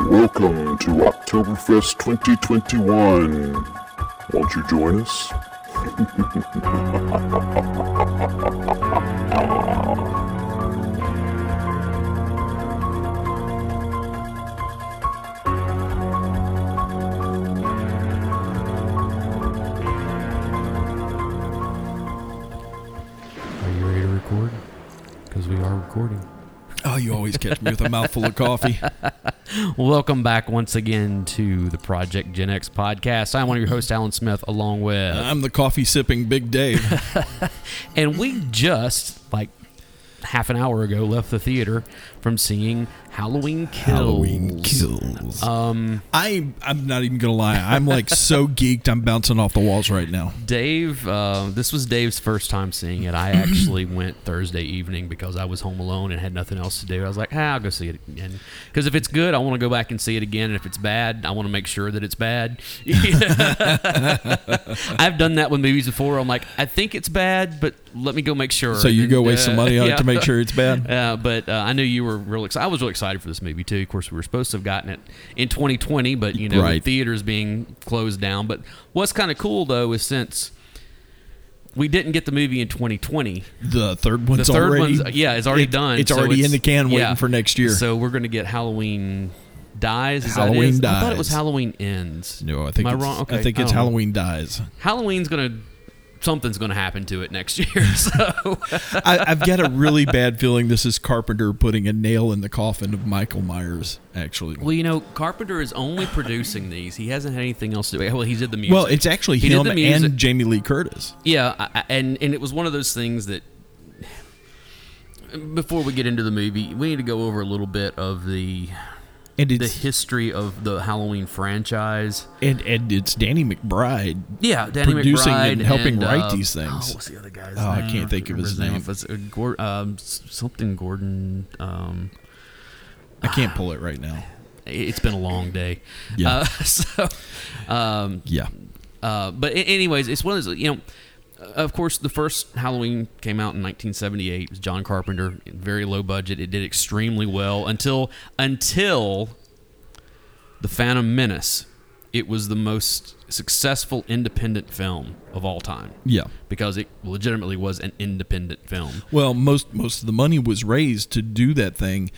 Welcome to Oktoberfest 2021. Won't you join us? Are you ready to record? Because we are recording. Oh, you always catch me with a mouthful of coffee. Welcome back once again to the Project Gen X podcast. I'm one of your hosts, Alan Smith, along with. I'm the coffee sipping Big Dave. And we just, like half an hour ago, left the theater from seeing Halloween Kills. kills. Um, I I'm not even gonna lie. I'm like so geeked. I'm bouncing off the walls right now. Dave, uh, this was Dave's first time seeing it. I actually went Thursday evening because I was home alone and had nothing else to do. I was like, ah, I'll go see it again. Because if it's good, I want to go back and see it again. And if it's bad, I want to make sure that it's bad. I've done that with movies before. I'm like, I think it's bad, but let me go make sure. So you And, go waste some uh, money on yeah. it to make sure it's bad. Uh, but uh, I knew you were real excited. I was really excited for this movie too. Of course, we were supposed to have gotten it in 2020, but you know, Right. theaters being closed down. But what's kind of cool though is since we didn't get the movie in 2020, The third the one's third already one's uh, yeah, it's already it- done. It's so already in the can, waiting yeah. for next year. So we're gonna get Halloween dies. Is that Halloween it? I thought it Dies. was Halloween ends. no, I think Am I it's, wrong? Okay, oh. I think it's don't know. Halloween dies. Halloween's gonna something's gonna happen to it next year. So I, I've got a really bad feeling this is Carpenter putting a nail in the coffin of Michael Myers. Actually, Well, you know, Carpenter is only producing these. He hasn't had anything else to do. Well, he did the music. well, it's actually He did him the music. and Jamie Lee Curtis. yeah, I- I, and and it was one of those things that. Before we get into the movie, we need to go over a little bit of the And the it's history of the Halloween franchise. and, and it's Danny McBride. Yeah, Danny Producing McBride and helping and, write uh, these things. Oh, what's the other guy's Oh, I name? can't think of his remember name. If it's, uh, Gor- um, s- something Gordon. Um, I Ah. can't pull it right now. it's been a long day. Yeah. Uh, so, um, Yeah. Uh, but a- anyways, it's one of those. You know, uh, of course, the first Halloween came out in 1978. It was John Carpenter, very low budget. It did extremely well until until the Phantom Menace. It was the most successful independent film of all time. Yeah. Because it legitimately was an independent film. Well, most most of the money was raised to do that thing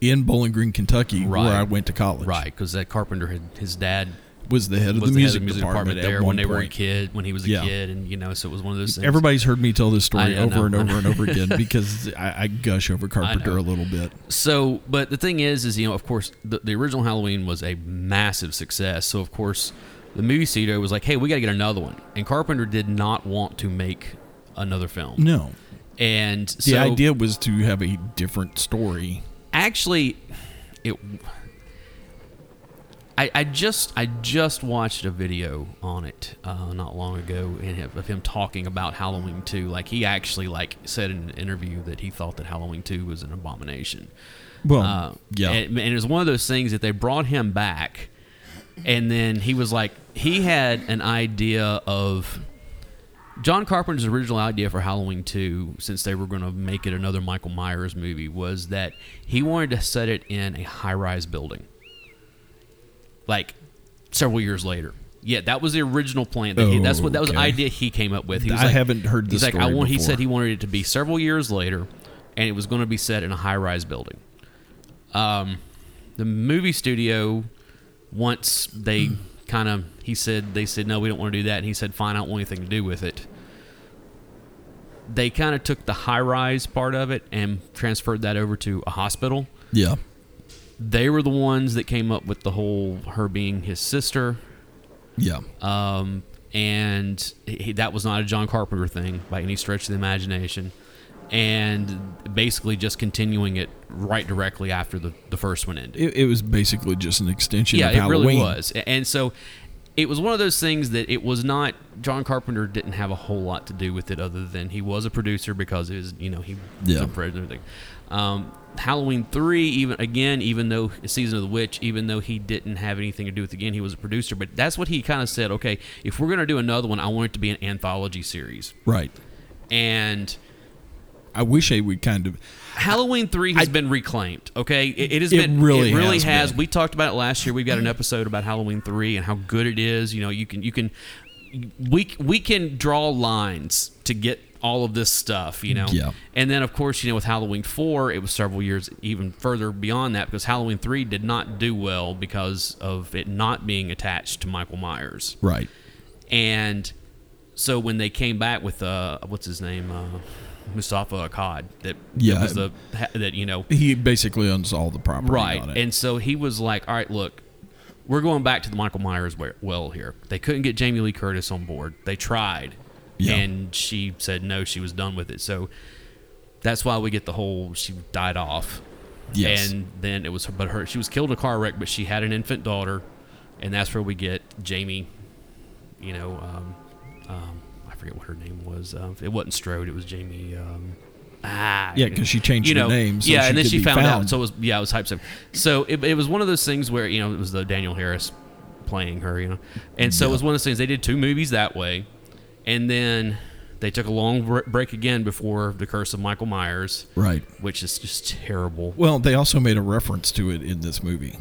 in Bowling Green, Kentucky, where Right. I went to college. Right, because that Carpenter had his dad Was the head of was the, the, head music, of the music department, department, there at one when they were a point. kid, when he was a Yeah. kid, and you know, so it was one of those things. Everybody's heard me tell this story I- I know, over and I over and know. over again because I, I gush over Carpenter a little bit. So, but the thing is, is you know, of course, the, the original Halloween was a massive success. So, of course, the movie studio was like, "Hey, we got to get another one." And Carpenter did not want to make another film. No, And so, the idea was to have a different story. actually, it. I, I just I just watched a video on it uh, not long ago and of of him talking about Halloween two. Like he actually like said in an interview that he thought that Halloween two was an abomination. Well, Uh, Um, yeah, And, and it was one of those things that they brought him back, and then he was like, he had an idea of. John Carpenter's original idea for Halloween 2, since they were going to make it another Michael Myers movie, was that he wanted to set it in a high rise building. Like several years later. Yeah, that was the original plan. That he, that's what that was the Oh, Okay. idea he came up with. He was I like- haven't heard he's this like, I story want. He said before. he wanted it to be several years later, and it was going to be set in a high rise building Um, the movie studio once Hmm. they kind of he said they said no we don't want to do that and he said fine i don't want anything to do with it they kind of took the high rise part of it and transferred that over to a hospital yeah. they were the ones that came up with the whole her being his sister Yeah. um, and he, that was not a John Carpenter thing by any stretch of the imagination. And basically just continuing it right directly after the, the first one ended. it, it was basically just an extension yeah, of it Halloween. really was. A- And so it was one of those things that it was not John Carpenter didn't have a whole lot to do with it other than he was a producer because it was you know he was Yeah. a producer and everything. Um, Halloween three even again even though season of the witch even though he didn't have anything to do with it again he was a producer but that's what he kind of said okay if we're gonna do another one I want it to be an anthology series Right. and I wish they would kind of. Halloween three has been reclaimed. Okay, it, it has It been. really it really has been. has. Mm-hmm. We talked about it last year. We've got an episode about Halloween three and how good it is. You know, you can you can we we can draw lines to get all of this stuff. You know, Yeah. And then of course you know with Halloween four, it was several years even further beyond that because Halloween three did not do well because of it not being attached to Michael Myers. Right. And so when they came back with uh, what's his name, uh, Mustafa Akkad, that Yeah. was the that you know He basically owns all the property. right, on it. and so he was like, all right, look. We're going back to the Michael Myers we- well here. They couldn't get Jamie Lee Curtis on board. They tried, Yeah. and she said no. She was done with it. So that's why we get the whole she died off. yes. And then it was, but her she was killed in a car wreck, but she had an infant daughter, and that's where we get Jamie. You know, um, um, I forget what her name was. Um, it wasn't Strode. It was Jamie. Um, ah, Yeah, 'cause she changed you her know, name so yeah, she and then could she be found, found. out. So it was yeah, it was hype stuff. So it, it was one of those things where you know it was the Daniel Harris playing her, you know, and so it was one of those things. They did two movies that way, and then they took a long br- break again before the Curse of Michael Myers, right. which is just terrible. Well, they also made a reference to it in this movie.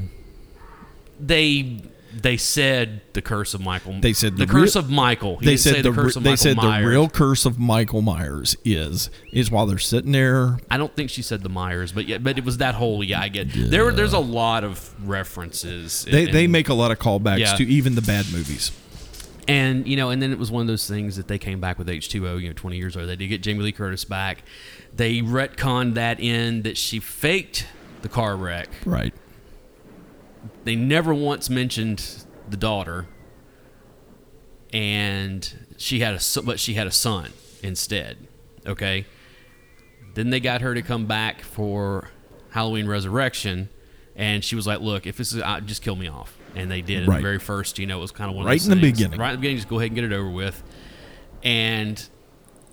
they they said the curse of Michael. They said the, the curse real- of Michael. He they didn't say said the, curse re- of they Michael said Myers. the real curse of Michael Myers is is while they're sitting there. I don't think she said the Myers, but yeah, but it was that whole yeah. I get there. were- There's a lot of references. They and, they make a lot of callbacks Yeah. to even the bad movies. and you know, and then it was one of those things that they came back with H two O. You know, 20 years later, they did get Jamie Lee Curtis back. They retconned that in that she faked the car wreck. Right. they never once mentioned the daughter, and she had a so- but she had a son instead. Okay, then they got her to come back for Halloween Resurrection, and she was like, "Look, if this is uh, just kill me off," and they did. in Right. the very first, you know, it was kind of one of Right those in the things. beginning. right in the beginning, just go ahead and get it over with, and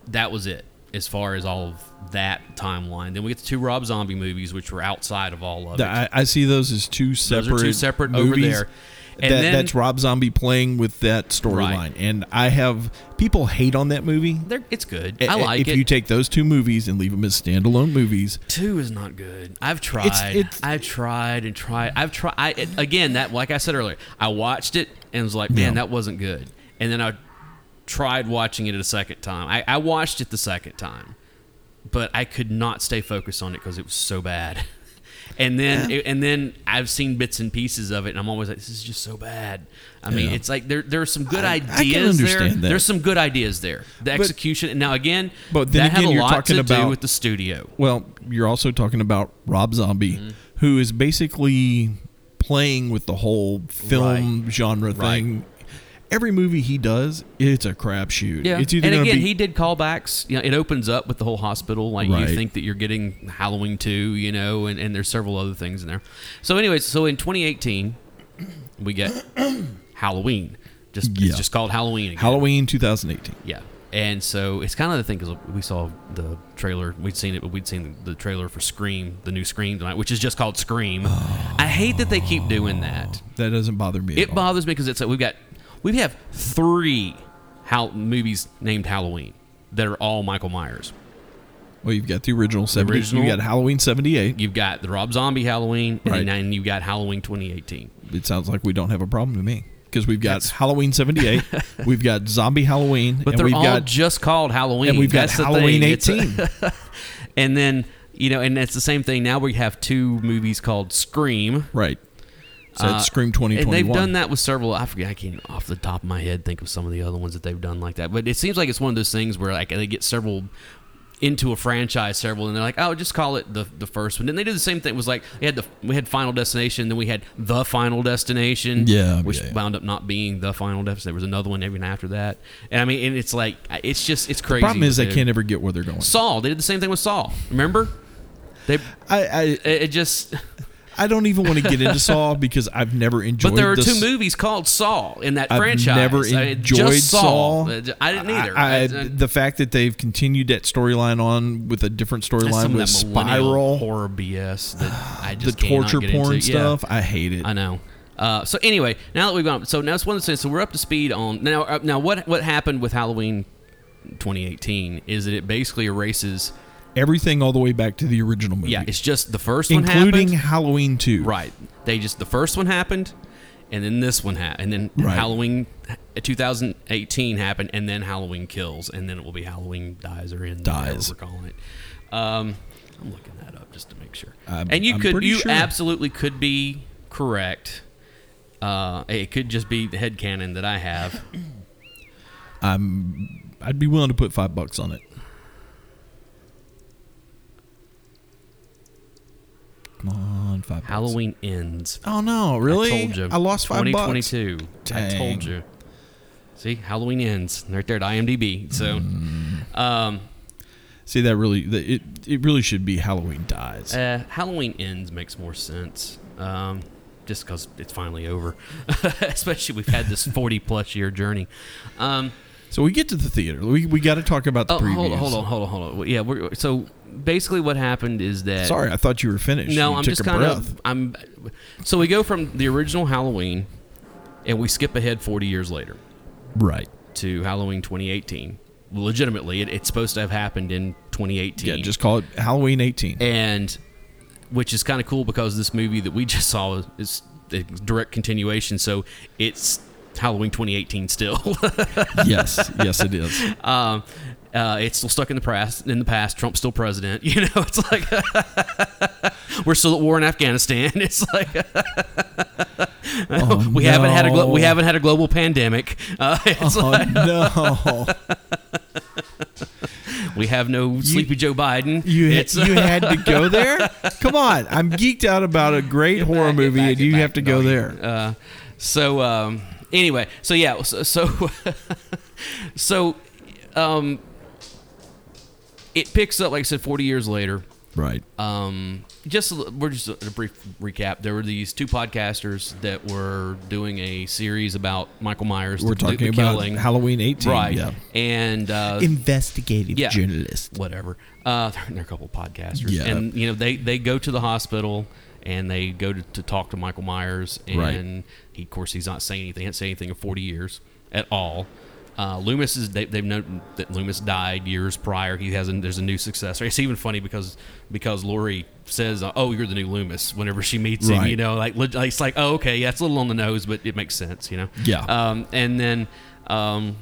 that was it as far as all of that timeline. Then we get the two Rob Zombie movies, which were outside of all of The- it. I, I see those as two separate. Those are two separate over movies there. And that, then, that's Rob Zombie playing with that storyline, Right. and I have people hate on that movie. They're, it's good. I I like if it. you take those two movies and leave them as standalone movies. Two is not good. I've tried. it's- I've tried and tried. I've tried. I it- again that like I said earlier. I watched it and was like, man, Yeah. that wasn't good. And then I tried watching it a second time. I, I watched it the second time, but I could not stay focused on it because it was so bad. And then and then I've seen bits and pieces of it, and I'm always like, this is just so bad. I mean, Yeah. it's like there there are some good I- I can ideas there. understand that. There's some good ideas there. The execution. and now again, But then that had again, a you're lot talking to do about- with the studio. Well, you're also talking about Rob Zombie, Mm-hmm. who is basically playing with the whole film genre Right. thing. Every movie he does, it's a crapshoot. Yeah, It's either and gonna again, be, he did callbacks. You know, it opens up with the whole hospital. Like Right. you think that you're getting Halloween two, you know, and, and there's several other things in there. So, anyways, so in 2018, we get Halloween. Just Yeah. it's just called Halloween. Again. Halloween 2018. Yeah. And so it's kind of the thing because we saw the trailer. We'd seen it, but we'd seen the trailer for Scream, the new Scream tonight, which is just called Scream. Oh. I hate that they keep doing that. That doesn't bother me. at It all. bothers me because it's like we've got we have three Hal- movies named Halloween that are all Michael Myers. Well, you've got the original 70. original. You got Halloween 78. You've got the Rob Zombie Halloween, and Right. then you've got Halloween 2018. It sounds like we don't have a problem to me because we've got Halloween 78. we've got Zombie Halloween. But and they're we've all got, just called Halloween. and we've got That's the Halloween thing. It's a- 18. and then you know, and it's the same thing. Now we have two movies called Scream. right. So Uh, it's Scream And 2021. they've done that with several. I forget. I can't off the top of my head think of some of the other ones that they've done like that. But it seems like it's one of those things where like they get several into a franchise, several, and they're like, oh, just call it the the first one. Then they do the same thing. It was like they had the we had Final Destination, then we had the Final Destination, Yeah, which yeah, yeah. wound up not being the Final Destination. There was another one even after that. And I mean, and it's like it's just it's crazy. Problem is, what they do. can't ever get where they're going. Saul. They did the same thing with Saul. Remember? They I, I, it it just I don't even want to get into Saw because I've never enjoyed. But there are the two s- movies called Saw in that I've franchise. never I- enjoyed just Saw. Uh, I didn't either. I- I- It's, uh, the fact that they've continued that storyline on with a different that's storyline some of with that millennial Spiral, horror BS that I the just cannot torture get porn into. Yeah. stuff, I hate it. I know. Uh, so anyway, now that we've gone, so now it's one sense. So we're up to speed on now. Uh, now what what happened with Halloween 2018 is that it basically erases. Everything all the way back to the original movie, Yeah, it's just the first one including happened. Halloween Two. Right. They just the first one happened, and then this one happened, and then Right. Halloween uh, 2018 happened, and then Halloween kills, and then it will be Halloween dies or ends. whatever Dies. We're calling it. Um, I'm looking that up just to make sure. I'm- and you I'm could pretty you sure. absolutely could be correct. Uh, it could just be the head cannon that I have. I'd be willing to put five bucks on it. Come on, five. bucks. Halloween ends. Oh no! Really? I told you. I lost five bucks. 2022. I Dang. told you. See, Halloween ends right there at IMDb. So, Mm. um, See that really? That it it really should be Halloween dies. Uh, Halloween ends makes more sense, um, just because it's finally over. Especially we've had this forty plus year journey. Um, so we get to the theater. We we got to talk about the oh, previews. hold on, hold on, hold on, hold on. Well, Yeah, we're, so basically what happened is that Sorry, I thought you were finished. no, You I'm took just a kind breath. of I'm. So we go from the original Halloween, and we skip ahead forty years later right. to Halloween 2018. Legitimately, it, it's supposed to have happened in 2018. Yeah, just call it Halloween 18. and which is kind of cool because this movie that we just saw is a direct continuation so it's halloween 2018 still yes, yes, it is. um, uh, it's still stuck in the past in the past trump's still president you know it's like we're still at war in afghanistan it's like Oh, we haven't had a glo- we no. haven't had a global pandemic uh, it's like, Oh no! we have no sleepy joe biden You had, it's, you had to go there. Come on, I'm geeked out about a great horror back, get movie, back, and get you back. have to go No, you- there. Uh, so um, anyway, so yeah, so so, so um, it picks up like I said, forty years later. Right. Um, just a, li- we're just a, a brief recap. There were these two podcasters that were doing a series about Michael Myers. We're the- the talking about killing. Halloween 18. right? Yeah. And uh, Investigative Yeah. journalist. whatever. Uh, they're, they're a couple of podcasters, Yeah. and you know they they go to the hospital and they go to, to talk to Michael Myers, and Right. he of course he's not saying anything, hasn't said anything in forty years at all. Uh, Loomis is they, they've known that Loomis died years prior. He hasn't. There's a new successor. It's even funny because because Lori says, uh, "Oh, you're the new Loomis." Whenever she meets him, Right. you know, like leg- it's like, "Oh, okay, yeah, it's a little on the nose, but it makes sense," you know. Yeah. Um, and then. Um,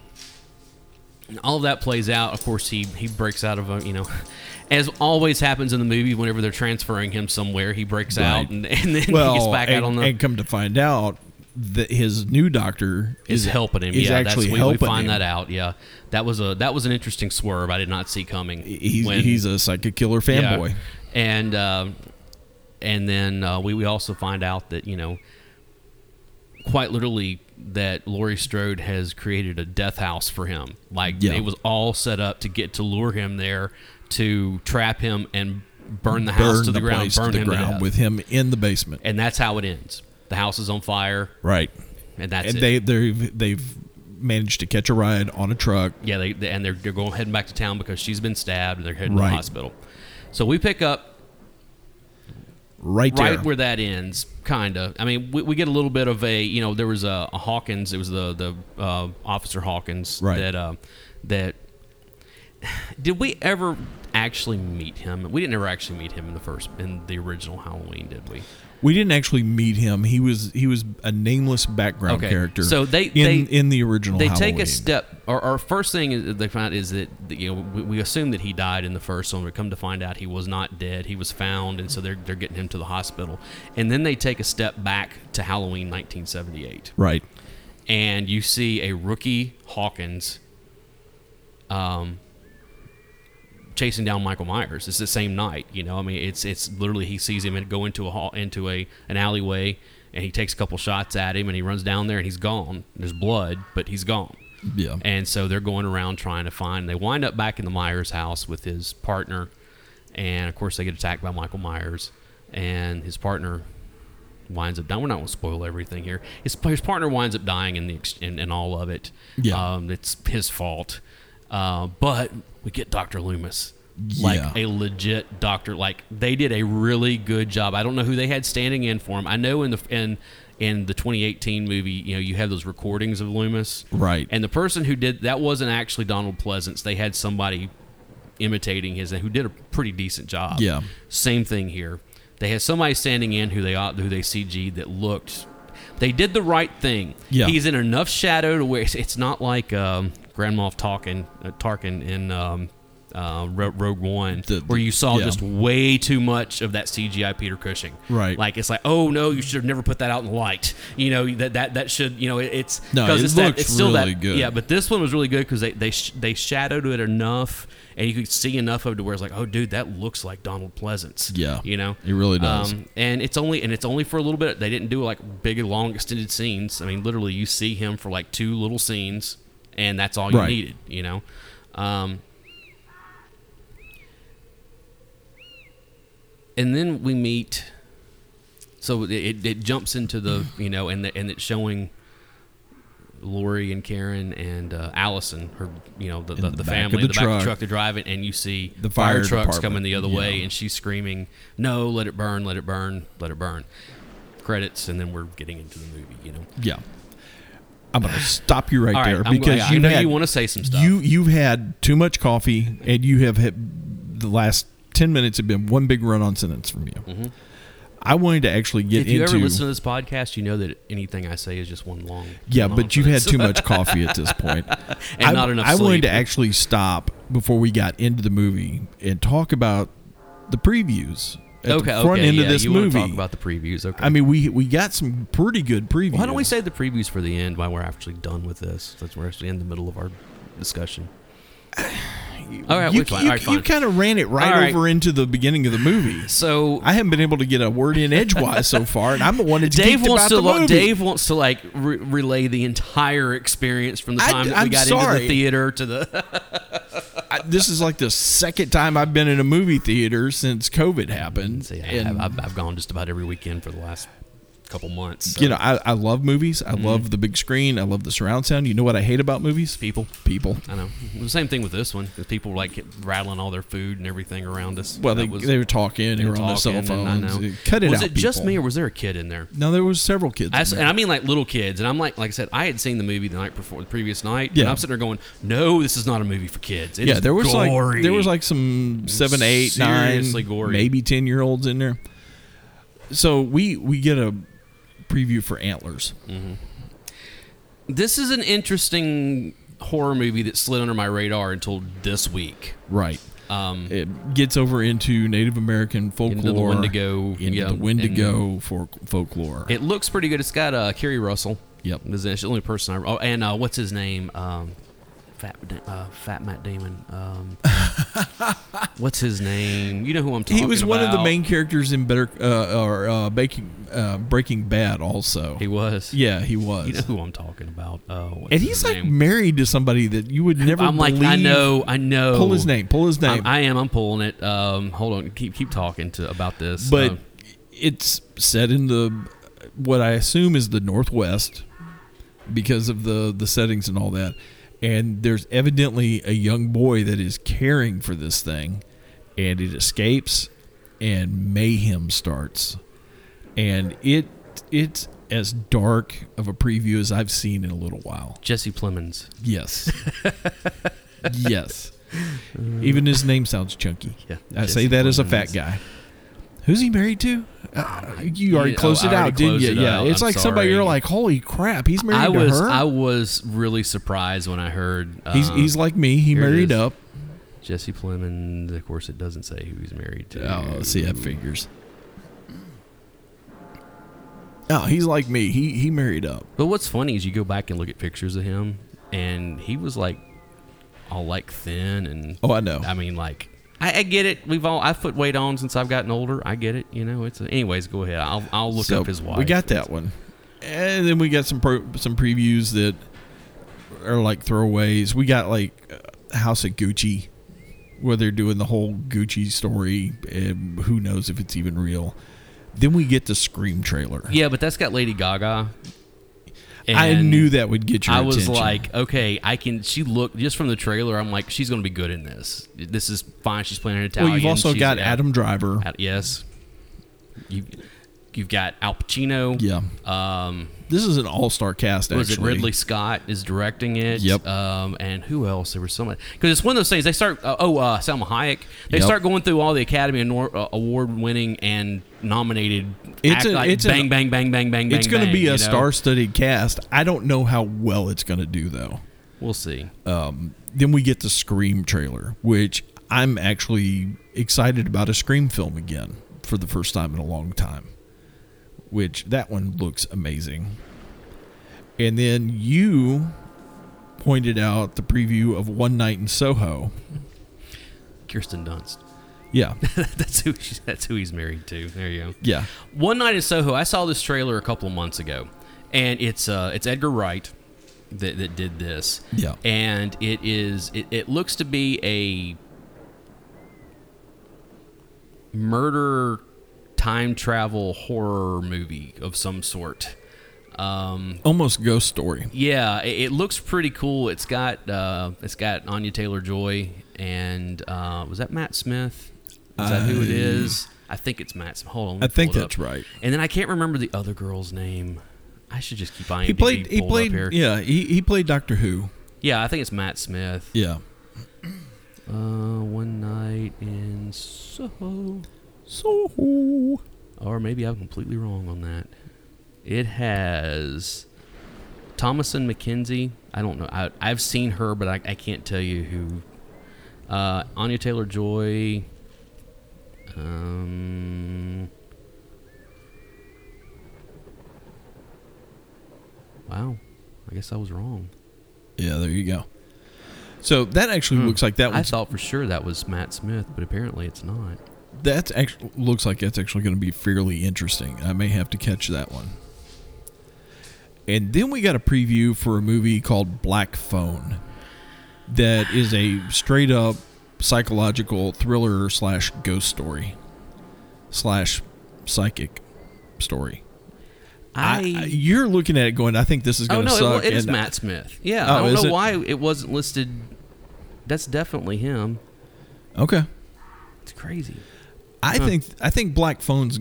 all of that plays out. Of course, he he breaks out of a you know, as always happens in the movie. Whenever they're transferring him somewhere, he breaks out Right. and, and then Well, he gets back and, out on the and come to find out that his new doctor is is helping him. Is yeah, actually that's, we, helping we find him. that out. Yeah, that was a that was an interesting swerve. I did not see coming. He's, when- he's a psychic killer yeah. fanboy. and um, and then uh, we we also find out that you know. Quite literally, that Laurie Strode has created a death house for him. Like Yeah. it was all set up to get to lure him there, to trap him and burn the house Burn to the, ground, place to burn the him to ground death. with him in the basement. and that's how it ends. The house is on fire, Right. and that's and it. they they've they've managed to catch a ride on a truck. Yeah, they, they and they're, they're going heading back to town because she's been stabbed and they're heading to Right. the hospital. So we pick up Right there. right where that ends, kind of. I mean, we, we get a little bit of a you know there was a, a Hawkins. It was the the uh, officer Hawkins Right. that uh, that did we ever actually meet him? We didn't ever actually meet him in the first in the original Halloween, did we? we didn't actually meet him. He was he was a nameless background Okay. character. So they- in they- in the original They Halloween. take a step, or, or first thing is that they find is that you know we, we assume that he died in the first one. We come to find out he was not dead; he was found, and so they're they're getting him to the hospital. And then they take a step back to Halloween 1978, Right. and you see a rookie Hawkins, um, chasing down Michael Myers. It's the same night, you know. I mean, it's it's literally he sees him and go into a hall into a an alleyway, and he takes a couple shots at him, and he runs down there, and he's gone. There's blood, but he's gone. Yeah. And so they're going around trying to find. They wind up back in the Myers house with his partner, and of course they get attacked by Michael Myers, and his partner winds up dying. We're not going to spoil everything here. His, his partner winds up dying in the ex- in, in all of it. Yeah. um, it's his fault. Uh, but we get Doctor Loomis, like Yeah. a legit doctor. Like they did a really good job. I don't know who they had standing in for him. I know in the in in the 2018 movie, you know, you have those recordings of Loomis, Right. And the person who did that wasn't actually Donald Pleasance. They had somebody imitating his who did a pretty decent job. Yeah. Same thing here. They had somebody standing in who they who they CG that looked. They did the right thing. Yeah. He's in enough shadow to where it's, it's not like um, Grand Moff Tarkin, uh, Tarkin in um, uh, Ro- Rogue One, The- the- where you saw yeah. just way too much of that CGI Peter Cushing. Right. Like it's like, oh no, you should have never put that out in the light. You know that that that should you know it, it's No, 'cause it it's that- looks it's still really that, good. Yeah, but this one was really good because they they sh- they shadowed it enough, and you could see enough of it to where it's like, oh, dude, that looks like Donald Pleasance. Yeah. you know, It really does. Um, and it's only and it's only for a little bit. They didn't do like big long extended scenes. I mean, literally, you see him for like two little scenes, and that's all you Right. needed. You know, um, and then we meet. So it, it, it jumps into the you know, and the, and it's showing Lori and Karen and uh, Allison, her you know the, the, the the back family, of the the, back of truck. the truck to drive it, and you see The the fire fire, trucks department, coming the other way, yeah. and she's screaming, "No, let it burn, let it burn, let it burn." Credits, and then we're getting into the movie. You know, Yeah. I'm going to stop you right All right, there I'm go- because yeah, I you know had- you wanna say some stuff. You you've had too much coffee and you have had the last 10 minutes have been one big run-on sentence from you. I wanted to actually get Mm-hmm. if you into ever listen to this podcast, you know that anything I say is just one long. Yeah, one long but you've had sentence. too much coffee at this point. And I, not enough I wanted sleep. to actually stop before we got into the movie and talk about the previews at okay, the front okay, end yeah, of this you wanna movie. Talk about the previews. Okay, I mean, we we got some pretty good previews. why don't we save the previews for the end? While we're actually done with this, since we're actually in the middle of our discussion. All right, you we're fine. you, All right, fine. kind of ran it right, All right. over into the beginning of the movie. so I haven't been able to get a word in edgewise so far, and I'm the one that's Dave geeked wants about to the lo- movie. Dave wants to like re- relay the entire experience from the I- time that I'm we got into sorry. the theater to the I, this is like the second time I've been in a movie theater since COVID happened. See, I and, have, I've, I've gone just about every weekend for the last couple months. so. you know, I, I love movies. Mm-hmm. I love the big screen. I love the surround sound. You know what I hate about movies? People. People. I know. It was The same thing with this one. 'cause people were like rattling all their food and everything around us. Well, they, That was- they were talking. They they were were on their cell talking, and I phones. know. Cut it was out. it just people. me or was there a kid in there? No, there was several kids. in I s there. and I mean like little kids. And I'm like, like I said, I had seen the movie the night before, the previous night. Yeah. And I'm sitting there going, no, this is not a movie for kids. It yeah, is there was gory. like there was like some seven, eight, nine, Seriously gory. maybe ten year olds in there. So we we get a preview for Antlers. this is an interesting horror movie that slid under my radar until this week. Right. Um, It gets over into Native American folklore, the Wendigo, into yeah, the Wendigo for folklore. it looks pretty good. It's got uh, Kerry Russell. Yep. Is the only person I. Oh, and uh, what's his name? Um, Fat, uh, Fat Matt Damon. Um, what's his name? You know who I'm talking about. he was one of the main characters in Better uh, or uh, Baking, uh, Breaking Bad, also. He was. yeah, he was. You know who I'm talking about. Oh, what's and his he's like name? married to somebody that you would never. I'm like, I believe- know, I know. Pull his name. Pull his name. I'm, I am. I'm pulling it. Um, hold on. Keep keep talking to about this. but Um, it's set in the what I assume is the Northwest because of the the settings and all that. And there's evidently a young boy that is caring for this thing, and it escapes, and mayhem starts, and it it's as dark of a preview as I've seen in a little while. Jesse Plemons. Yes, yes. Even his name sounds chunky. Yeah, I Jesse say that as a Plemons. fat guy. Who's he married to? Uh, you already Yeah, closed oh, it I already out, didn't closed you? it Yeah, out. it's I'm like somebody you're sorry. like, holy crap, he's married I was to her. I was really surprised when I heard uh, he's he's like me. He here it married is. up. Jesse Plemons. Of course, it doesn't say who he's married to. Oh, see, that figures. Oh, he's like me. He he married up. But what's funny is you go back and look at pictures of him, and he was like all like thin and Oh, I know. I mean like. I, I get it. We've all I put weight on since I've gotten older. I get it. You know, it's a, anyways. Go ahead. I'll I'll look So, up his wife. We got that one, and then we got some pro, some previews that are like throwaways. We got like uh, House of Gucci, where they're doing the whole Gucci story, and who knows if it's even real. Then we get the Scream trailer. Yeah, but that's got Lady Gaga. I And knew that would get your I was attention. like, okay, I can. She looked just from the trailer. I'm like, she's going to be good in this. This is fine. She's playing an well, Italian. you've also She's got at- Adam Driver. at- yes, you you've got Al Pacino. yeah. Um, This is an all-star cast. was it actually. Ridley Scott is directing it? Yep. Um, and who else? There was someone because it's one of those things. They start. Uh, oh, uh, Selma Hayek. They Yep. start going through all the Academy Anor- uh, Award winning and nominated. It's act an- like it's an- bang, bang, bang, bang, bang, bang. It's going to bang, be you a know? star-studded cast. I don't know how well it's going to do though. We'll see. Uh, Then we get the Scream trailer, which I'm actually excited about a Scream film again for the first time in a long time. Which that one looks amazing. And then you pointed out the preview of One Night in Soho. Kirsten Dunst. Yeah. that's who. She's, that's who he's married to. There you go. Yeah. One Night in Soho. I saw this trailer a couple of months ago, and it's uh, it's Edgar Wright that, that did this. Yeah. and it is it, it looks to be a murder time travel horror movie of some sort. Um, Almost ghost story. yeah, it, it looks pretty cool. It's got uh, it's got Anya Taylor Joy and uh, was that Matt Smith? Is that who it is? I think it's Matt. Smith. Hold on, let I me think pull it up. that's right. And then I can't remember the other girl's name. I should just keep IMDb He played he pulled up played here. yeah, he, he played Doctor Who. yeah, I think it's Matt Smith. Yeah. Uh, one night in Soho, Soho. or maybe I'm completely wrong on that. It has Thomason McKenzie. I don't know. I, I've seen her, but I, I can't tell you who. Uh, Anya Taylor Joy. Um. Wow, I guess I was wrong. Yeah, there you go. So that actually looks like that Hmm. I one's thought for sure that was Matt Smith, but apparently it's not. That's actually looks like that's actually going to be fairly interesting. I may have to catch that one. And then we got a preview for a movie called Black Phone, that is a straight up psychological thriller slash ghost story, slash psychic story. I, you're looking at it going, I think this is Oh going to no, it, suck. well, it is and Matt Smith. Yeah, Oh, I don't is know it? why it wasn't listed. That's definitely him. Okay, It's crazy. I think I think Black Phone's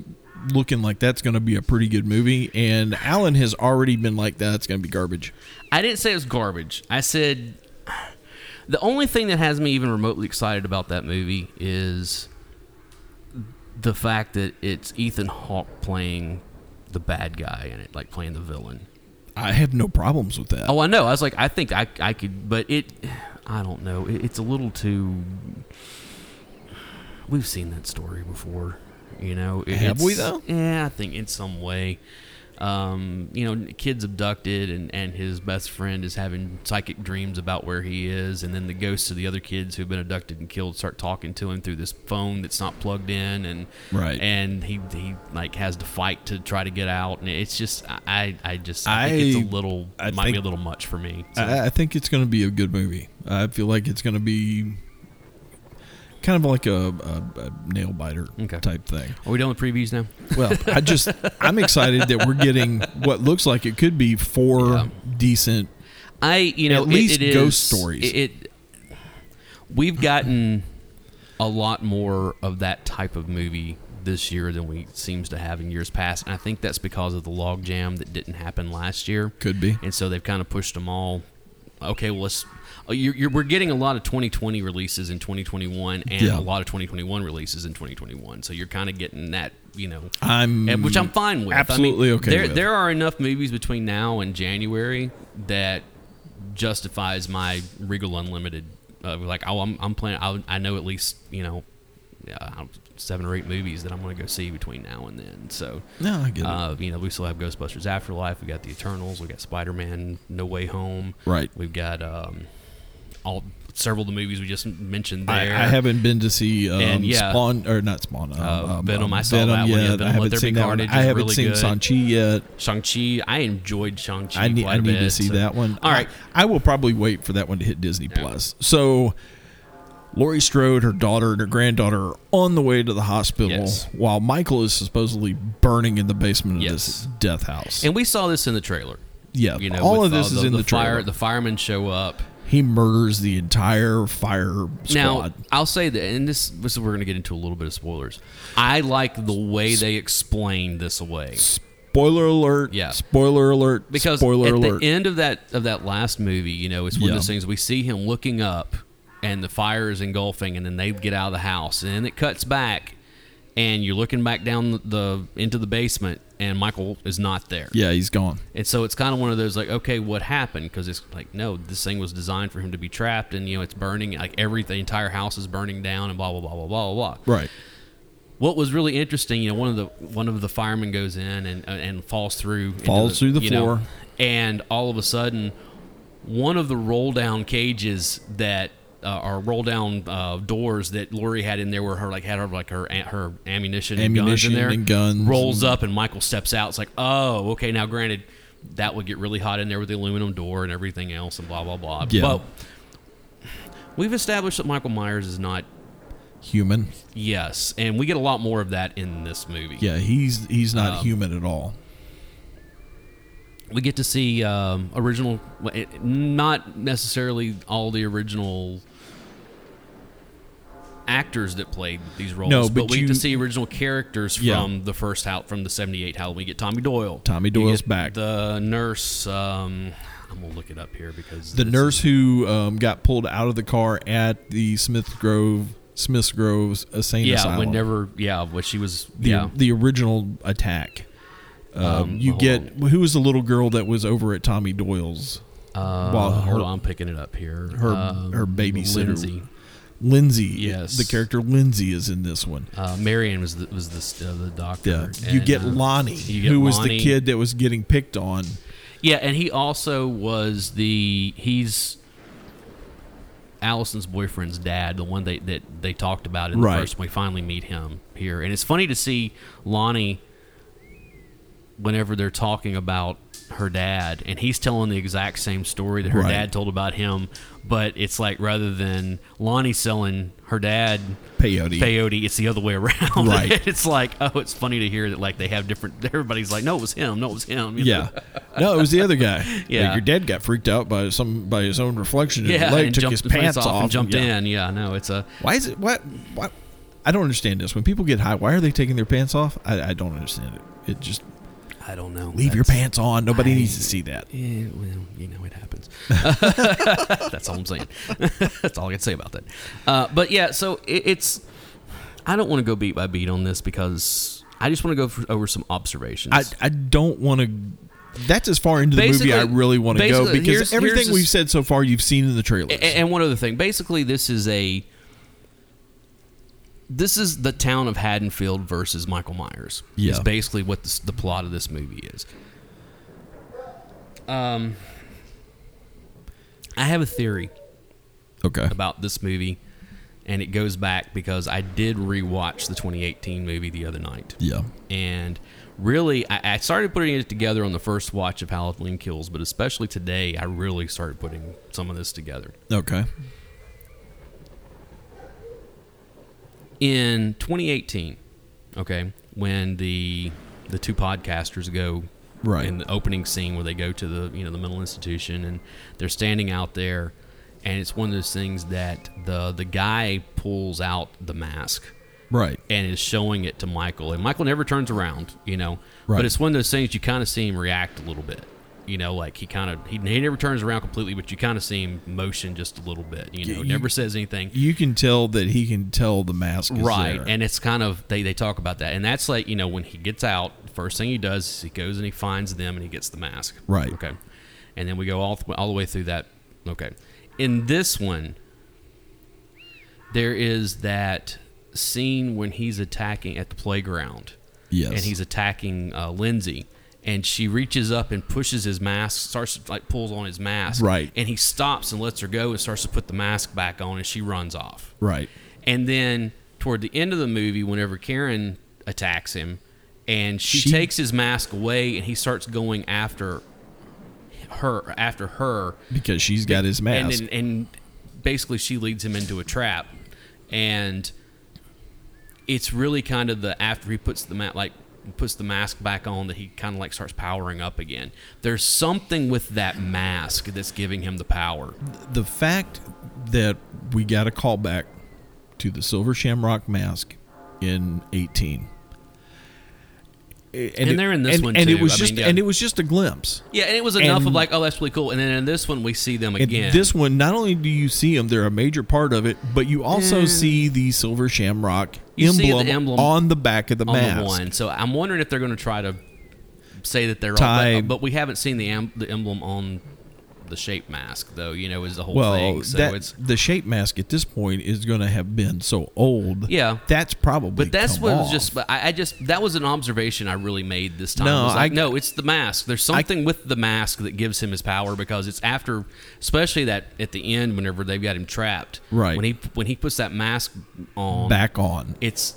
looking like that's going to be a pretty good movie, and Alan has already been like that's going to be garbage. I didn't say it was garbage. I said the only thing that has me even remotely excited about that movie is the fact that it's Ethan Hawke playing the bad guy in it, like playing the villain. I have no problems with that. Oh, I know. I was like, I think I, I could, but it, I don't know. It, it's a little too. We've seen that story before, you know. It- Have we, it's- though? Yeah, I think in some way. Um, you know, kids abducted, and and his best friend is having psychic dreams about where he is, and then the ghosts of the other kids who've been abducted and killed start talking to him through this phone that's not plugged in, and Right. and he he like has to fight to try to get out, and it's just I I just I, think it's I- a little I might be think- a little much for me. So, I, I think it's going to be a good movie. I feel like it's going to be kind of like a, a, a nail biter Okay. type thing. are we done with previews now? Well, I just I'm excited that we're getting what looks like it could be four Yeah. decent. I you know At least it, it ghost is- stories. It, it- we've gotten a lot more of that type of movie this year than we seems to have in years past, and I think that's because of the logjam that didn't happen last year. Could be. and so they've kind of pushed them all. Okay, well let's. oh, You're, you're, we're getting a lot of 2020 releases in 2021, and Yeah. a lot of 2021 releases in 2021. So you're kind of getting that, you know, I'm and- which I'm fine with. Mm, absolutely I mean, okay There, with. there are enough movies between now and January that justifies my Regal Unlimited. Uh, like, oh, I'm, I'm planning. I'll, I know at least you know uh, seven or eight movies that I'm going to go see between now and then. So No, I get it. uh, you know, we still have Ghostbusters Afterlife. We got the Eternals. We got Spider Man No Way Home. Right. We've got um, all several of the movies we just mentioned I, there. I haven't been to see um, And, yeah. Spawn or not Spawn. Um, Uh, um, Venom, um, I saw that one, yeah, Venom, I Let haven't There Be seen that one. Carnage I is haven't really seen good. Sanchi yet. Shang Chi. I enjoyed Shang Chi. I need quite I a need bit, to see so- that one. All right. I, I will probably wait for that one to hit Disney Plus. So Laurie Strode, her daughter, and her granddaughter are on the way to the hospital Yes. while Michael is supposedly burning in the basement of Yes. this death house. And we saw this in the trailer. yeah, You know, all with, of this uh, is the, in the, the fire. trailer. The firemen show up. he murders the entire fire squad. Now, I'll say that, and this, this is we're going to get into a little bit of spoilers. I like the way they explain this away spoiler alert. Yeah. Spoiler alert. because spoiler at alert. the end of that of that last movie, you know, it's one Yeah. of those things we see him looking up, and the fire is engulfing, and then they get out of the house, and then it cuts back, and you're looking back down the, the into the basement, and Michael is not there. yeah, he's gone. And so it's kind of one of those like, okay, what happened? Because it's like, no, this thing was designed for him to be trapped, and you know, it's burning. Like every the entire house is burning down, and blah blah blah blah blah blah. blah. Right. What was really interesting, you know, one of the one of the firemen goes in and uh, and falls through, into Falls through the you know, floor. and all of a sudden, one of the roll down cages that. Uh, or roll down uh, doors that Lori had in there, where her like had her like her her Ammunition ammunition, and guns in there, and guns rolls and- up up and Michael steps out. It's like, oh, okay. Now, granted, that would get really hot in there with the aluminum door and everything else, and blah blah blah. Yeah. But we've established that Michael Myers is not Human. yes, and we get a lot more of that in this movie. Yeah, he's he's not Um, human at all. we get to see um, original, well, it- not necessarily all the original actors that played these roles, No, but, but we get you- to see original characters Yeah. from the first out from the '78 Halloween. We get Tommy Doyle. Tommy You Doyle's get back. The nurse. Um, I'm gonna look it up here because The this nurse is- who um, got pulled out of the car at the Smith Grove Smiths Grove's insane yeah, asylum. whenever, yeah, when she was, the, yeah, the original attack. Um, you hold get who was the little girl that was over at Tommy Doyle's? uh, well, her- hold on, I'm picking it up here. Her Um, her babysitter Lindsay. Lindsay. Yes. the character Lindsay is in this one. Uh, Marion was the, was the uh, the Yeah, doctor. you and, get uh, Lonnie, you get who was the Lonnie. kid that was getting picked on. Yeah, and he also was the he's Allison's boyfriend's dad, the one they, that they talked about in the Right. first. We finally meet him here, and it's funny to see Lonnie whenever they're talking about her dad, and he's telling the exact same story that her Right. dad told about him, but it's like rather than Lonnie selling her dad Peyote. peyote, it's the other way around. Right. it's like oh, it's funny to hear that like they have different. Everybody's like, no, it was him. No, it was him. you know? Yeah, no, it was the other guy. Yeah. Like, your dad got freaked out by some by his own reflection in yeah, his leg, and took jumped his pants off, and jumped yeah. in. Yeah, no, it's a Why is it? What? What? I don't understand this. When people get high, why are they taking their pants off? I, I don't understand it. It just I don't know. leave your That's- pants on. Nobody I- needs to see that. Yeah, well, you know it happens. That's all I'm saying. That's all I can say about that. Uh, but yeah, so it, it's. I don't want to go beat by beat on this because I just want to go f over some observations. I, I don't want to. That's as far into the movie Basically- I really want to go basically, because here's- everything here's this- we've said so far you've seen in the trailers. A- and one other thing, basically, this is a. This is the town of Haddonfield versus Michael Myers. Yeah. is basically what this, the plot of this movie is. Um, I have a theory. okay. about this movie, and it goes back because I did rewatch the 2018 movie the other night, Yeah. and really I, I started putting it together on the first watch of Halloween Kills, but especially today I really started putting some of this together. Okay. In 2018, okay, when the the two podcasters go Right. in the opening scene where they go to the you know the mental institution and they're standing out there and it's one of those things that the the guy pulls out the mask Right. and is showing it to Michael. And Michael never turns around, you know. Right. But it's one of those things you kind of see him react a little bit. You know, like he kind of he, he never turns around completely, but you kind of see him motion just a little bit. You know, you- never says anything. You can tell that he can tell the mask is Right, there. and it's kind of they, they talk about that, and that's like you know when he gets out, first thing he does is he goes and he finds them and he gets the mask. Right. Okay, and then we go all th- all the way through that. Okay, in this one, there is that scene when he's attacking at the playground. Yes. and he's attacking uh, Lindsay. And she reaches up and pushes his mask, starts to, like pulls on his mask, Right. And he stops and lets her go and starts to put the mask back on, and she runs off. right. And then toward the end of the movie, whenever Karen attacks him, and she, She- takes his mask away, and he starts going after her, after her, Because she's got his mask. and then, and basically she leads him into a trap, and it's really kind of the after he puts the mat like puts the mask back on that he kind of like starts powering up again. There's something with that mask that's giving him the power. the fact that we got a callback to the Silver Shamrock Mask in eighteen, and, it- they're in this and- one and it too. was I mean, just yeah. and it was just a glimpse. Yeah, and it was enough of And- like, oh, that's really cool. And then in this one, we see them And again. this one, not only do you see them, they're a major part of it, but you also see the Silver Shamrock You see the emblem, emblem on the back of the on mask. the one. So I'm wondering if they're going to try to say that they're all, Tie- but, but we haven't seen the em- the emblem on the shape mask though. You know, is the whole Well, thing. So that, it's the shape mask at this point is going to have been so old. Yeah. that's probably. but that's come what was off. just. But I, I just that was an observation I really made this time. No, I was like, I- no, it's the mask. There's something with the mask that gives him his power because it's after, especially that at the end whenever they've got him trapped. Right. when he when he puts that mask on, back on. it's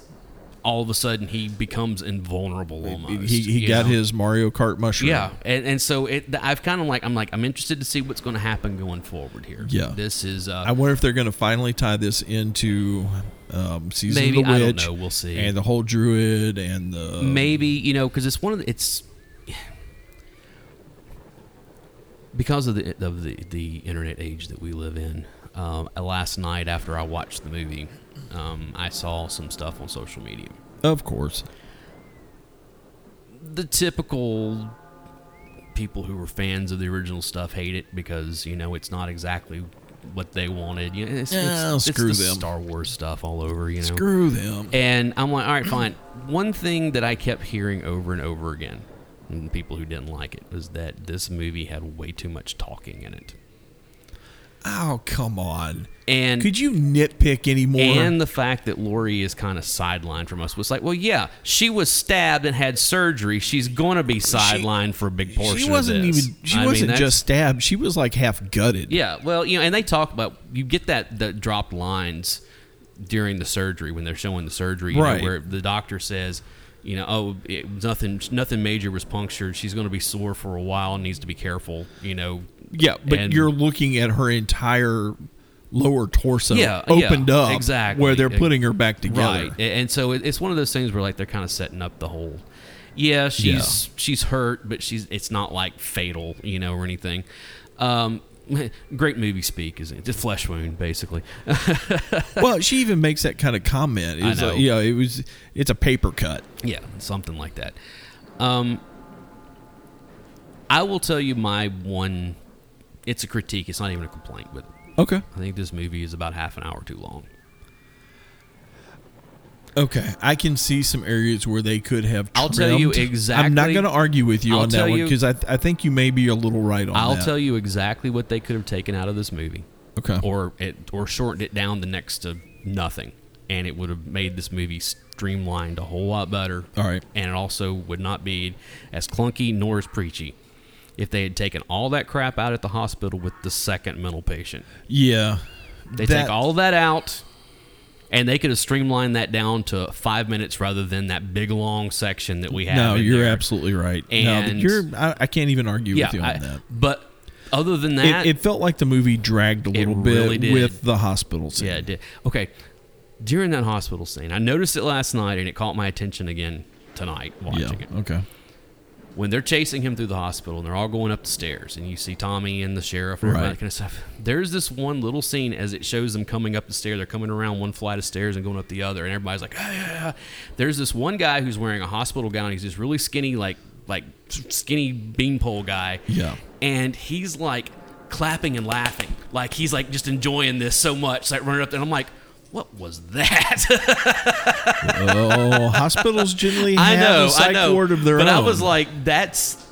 all of a sudden he becomes invulnerable almost. He, he you got know? his Mario Kart mushroom. Yeah, and, and so it, th- I've kind of like I'm like I'm interested to see what's going to happen going forward here. Yeah. this is uh, I wonder if they're going to finally tie this into um, season Maybe, of the I witch. don't know. We'll see. And the whole druid and the maybe you know because it's one of the, it's because of the of the the internet age that we live in. Um, last night after I watched the movie, um, I saw some stuff on social media. of course. the typical people who were fans of the original stuff hate it because you know it's not exactly what they wanted. You know, it's, it's- Yeah, it's screw the them. Star Wars stuff all over. You know, Screw them. and I'm like, all right, fine. One thing that I kept hearing over and over again from people who didn't like it was that this movie had way too much talking in it. Oh come on! And Could you nitpick anymore? and the fact that Lori is kind of sidelined from us was like, well, yeah, she was stabbed and had surgery. She's going to be sidelined for a big portion. she wasn't of this. even. She I mean, wasn't that's- just stabbed. She was like half gutted. Yeah, well, you know, and they talk about you get that the dropped lines during the surgery when they're showing the surgery, you know, Right. where the doctor says, you know, oh, it, nothing, nothing major was punctured. She's going to be sore for a while and needs to be careful. You know, Yeah, but And- you're looking at her entire lower torso Yeah, yeah, opened up, exactly. where they're putting her back together. right? A- And so it, it's one of those things where like they're kind of setting up the whole. Yeah, she's she's hurt, but she's it's not like fatal, you know, or anything. Um, great movie speak, isn't it? Just flesh wound, basically. well, she even makes that kind of comment. It's know. Like, you know, it was. It's a paper cut. Yeah, something like that. Um, I will tell you my one. It's a critique. It's not even a complaint. But Okay. I think this movie is about half an hour too long. Okay, I can see some areas where they could have. I'll tell you trimmed. exactly- I'm not going to argue with you I'll on that tell one you- because I, I think you may be a little right on I'll that. tell you exactly what they could have taken out of this movie, Okay. or it, or shortened it down the next to nothing, and it would have made this movie streamlined a whole lot better. All right. and it also would not be as clunky nor as preachy if they had taken all that crap out at the hospital with the second mental patient. Yeah. They That- take all that out, and they could have streamlined that down to five minutes rather than that big long section that we have. No, in you're there. absolutely right. no, And- you're. I, I can't even argue yeah. with you on I- that. But other than that, It, it felt like the movie dragged a little bit really did. with the hospital scene. yeah, it did. Okay, during that hospital scene, I noticed it last night, and it caught my attention again tonight Yeah. watching it. Okay. When they're chasing him through the hospital, and they're all going up the stairs, and you see Tommy and the sheriff and all Right. that kind of stuff. There's this one little scene as it shows them coming up the stair. They're coming around one flight of stairs and going up the other, and everybody's like, "Ah, yeah, yeah." "There's this one guy who's wearing a hospital gown. He's this really skinny, like like skinny beanpole guy." Yeah. and he's like clapping and laughing, like he's like just enjoying this so much, like running up there. And I'm like, what was that? Oh, hospitals generally I have know, a psych I know. ward of their but own. I was like, that's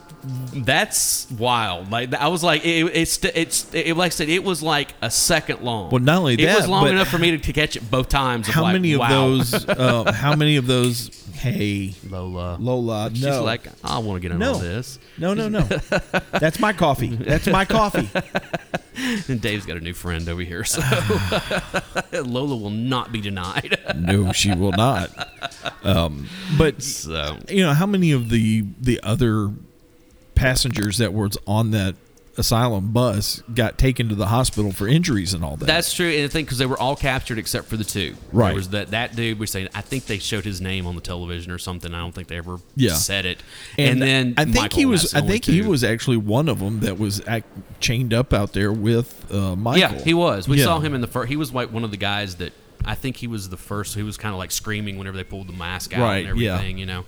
that's wild. Like I was like, it, it's it's it, like I said, it was like a second long. Well, not only it was that, long but enough for me to, to catch it both times. of how like, many of wow. those? Uh, how many of those? Hey, Lola? Lola, She's no. like, I want to get in no, on this. no, no, no. That's my coffee. That's my coffee. And Dave's got a new friend over here, so Lola will not be denied. no, she will not. Um, but so you know, how many of the the other passengers that were on that asylum bus got taken to the hospital for injuries and all that. That's true, and I think because they were all captured except for the two. Right. There was that that dude was saying. I think they showed his name on the television or something. I don't think they ever Yeah. said it. And, then I think Michael, he and was. that's the I only think he two. was actually one of them that was ac chained up out there with uh, Michael. Yeah, he was. We Yeah. saw him in the first. He was like one of the guys that I think he was the first. He was kind of like screaming whenever they pulled the mask out Right, and yeah. everything. You know.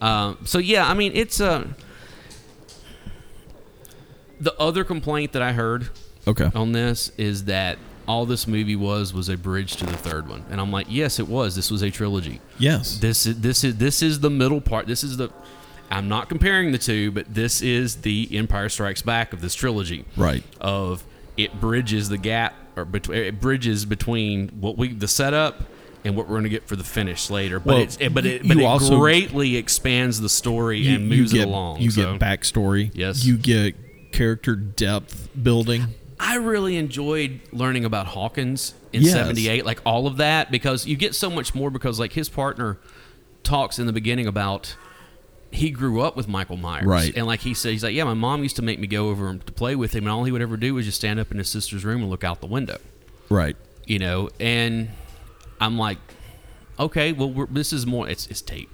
Um, so yeah, I mean, it's uh, the other complaint that I heard Okay. on this is that all this movie was was a bridge to the third one, and I'm like, yes, it was. This was a trilogy. Yes. This is this is this is the middle part. This is the I'm not comparing the two, but this is the Empire Strikes Back of this trilogy. Right. Of it bridges the gap or between it bridges between what we the setup and what we're going to get for the finish later. But Well, it's it, but it you but it also- greatly expands the story and moves get, it along. You so. get backstory. Yes. You get character depth building. I really enjoyed learning about Hawkins in Yes. '78, like all of that, because you get so much more. Because like his partner talks in the beginning about he grew up with Michael Myers, Right. And like he said, he's like, yeah, my mom used to make me go over and to play with him, and all he would ever do was just stand up in his sister's room and look out the window, Right. you know. And I'm like, okay, well, we're, this is more. It's it's Tate.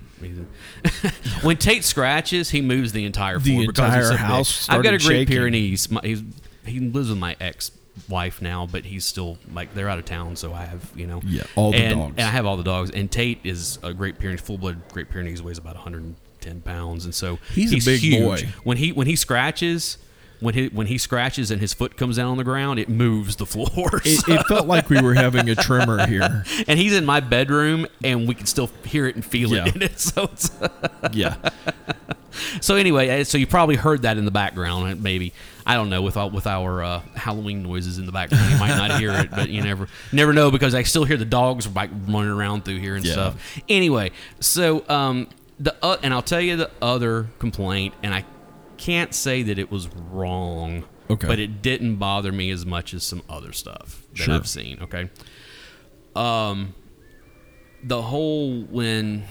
when Tate scratches, he moves the entire The floor because entire he's so big. house I've got a started Great shaking. Pyrenees. My, he's, he lives with my ex wife now, but he's still like they're out of town, so I have you know Yeah, all the and, dogs. and I have all the dogs. And Tate is a Great Pyrenees, full blood Great Pyrenees, weighs about 110 pounds, and so He's a big huge. boy. When he when he scratches. When he when he scratches and his foot comes down on the ground, it moves the floor. It, it felt like we were having a tremor here. and he's in my bedroom, and we can still hear it and feel Yeah. it in it. So it's, Yeah. So anyway, uh, so you probably heard that in the background, uh, maybe. I don't know with all, with our uh, Halloween noises in the background, you might not hear it, but you never never know because I still hear the dogs like running around through here and Yeah. stuff. Anyway, so um, the uh, and I'll tell you the other complaint, and I can't say that it was wrong, Okay. but it didn't bother me as much as some other stuff that Sure. I've seen. Okay, the whole when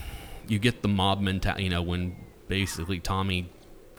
you get the mob mentality, you know, when basically Tommy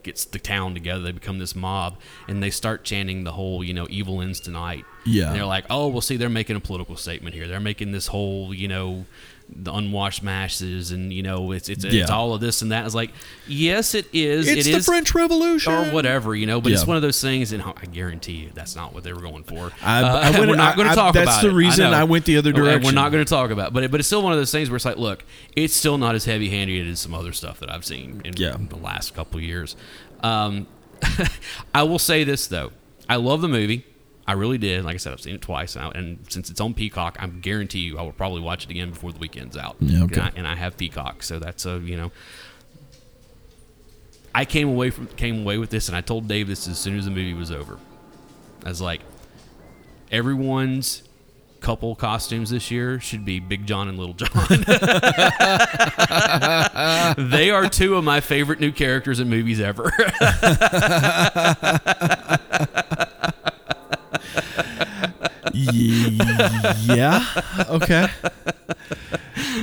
gets the town together, they become this mob, and they start chanting the whole, you know, evil ends tonight. Yeah. And they're like, oh, well, see, they're making a political statement here. They're making this whole, you know, the unwashed masses, and you know, it's it's, it's Yeah. all of this and that. It's like, yes, it is. It's It the is- French Revolution. or whatever, you know. But it's Yeah. one of those things, and I guarantee you, that's not what they were going for. I- Uh, I wouldn't- we're not going I- I- to talk that's about the it. reason know. I went the other And We're direction. not going to talk about, it. but it, but it's still one of those things where it's like, look, it's still not as heavy handed as some other stuff that I've seen in Yeah. the last couple of years. Um, I will say this though, I love the movie. I really did. Like I said, I've seen it twice, and, I, and since it's on Peacock, I guarantee you, I will probably watch it again before the weekend's out. Yeah, okay. And I- and I have Peacock, so that's a you know. I came away from came away with this, and I told Dave this as soon as the movie was over. I was like, everyone's couple costumes this year should be Big John and Little John. they are two of my favorite new characters in movies ever. Ye- yeah. Okay.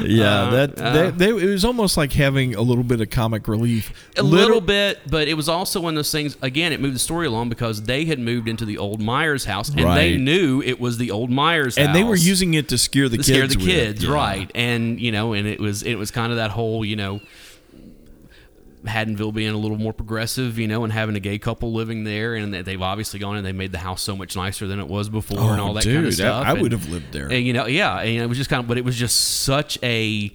Yeah, Uh, that, that they, it was almost like having a little bit of comic relief. a little bit, but it was also one of those things. Again, it moved the story along because they had moved into the old Myers house, and they Right. knew it was the old Myers and house. they were using it to scare the to kids. scare the with. kids, Yeah. right? And you know, and it was it was kind of that whole you know. Haddonville being a little more progressive, you know, and having a gay couple living there, and that they've obviously gone and they made the house so much nicer than it was before, and all that Oh, dude, kind I- of stuff. I, And- would have lived there. and, you know, yeah, and it was just kind of, but it was just such a.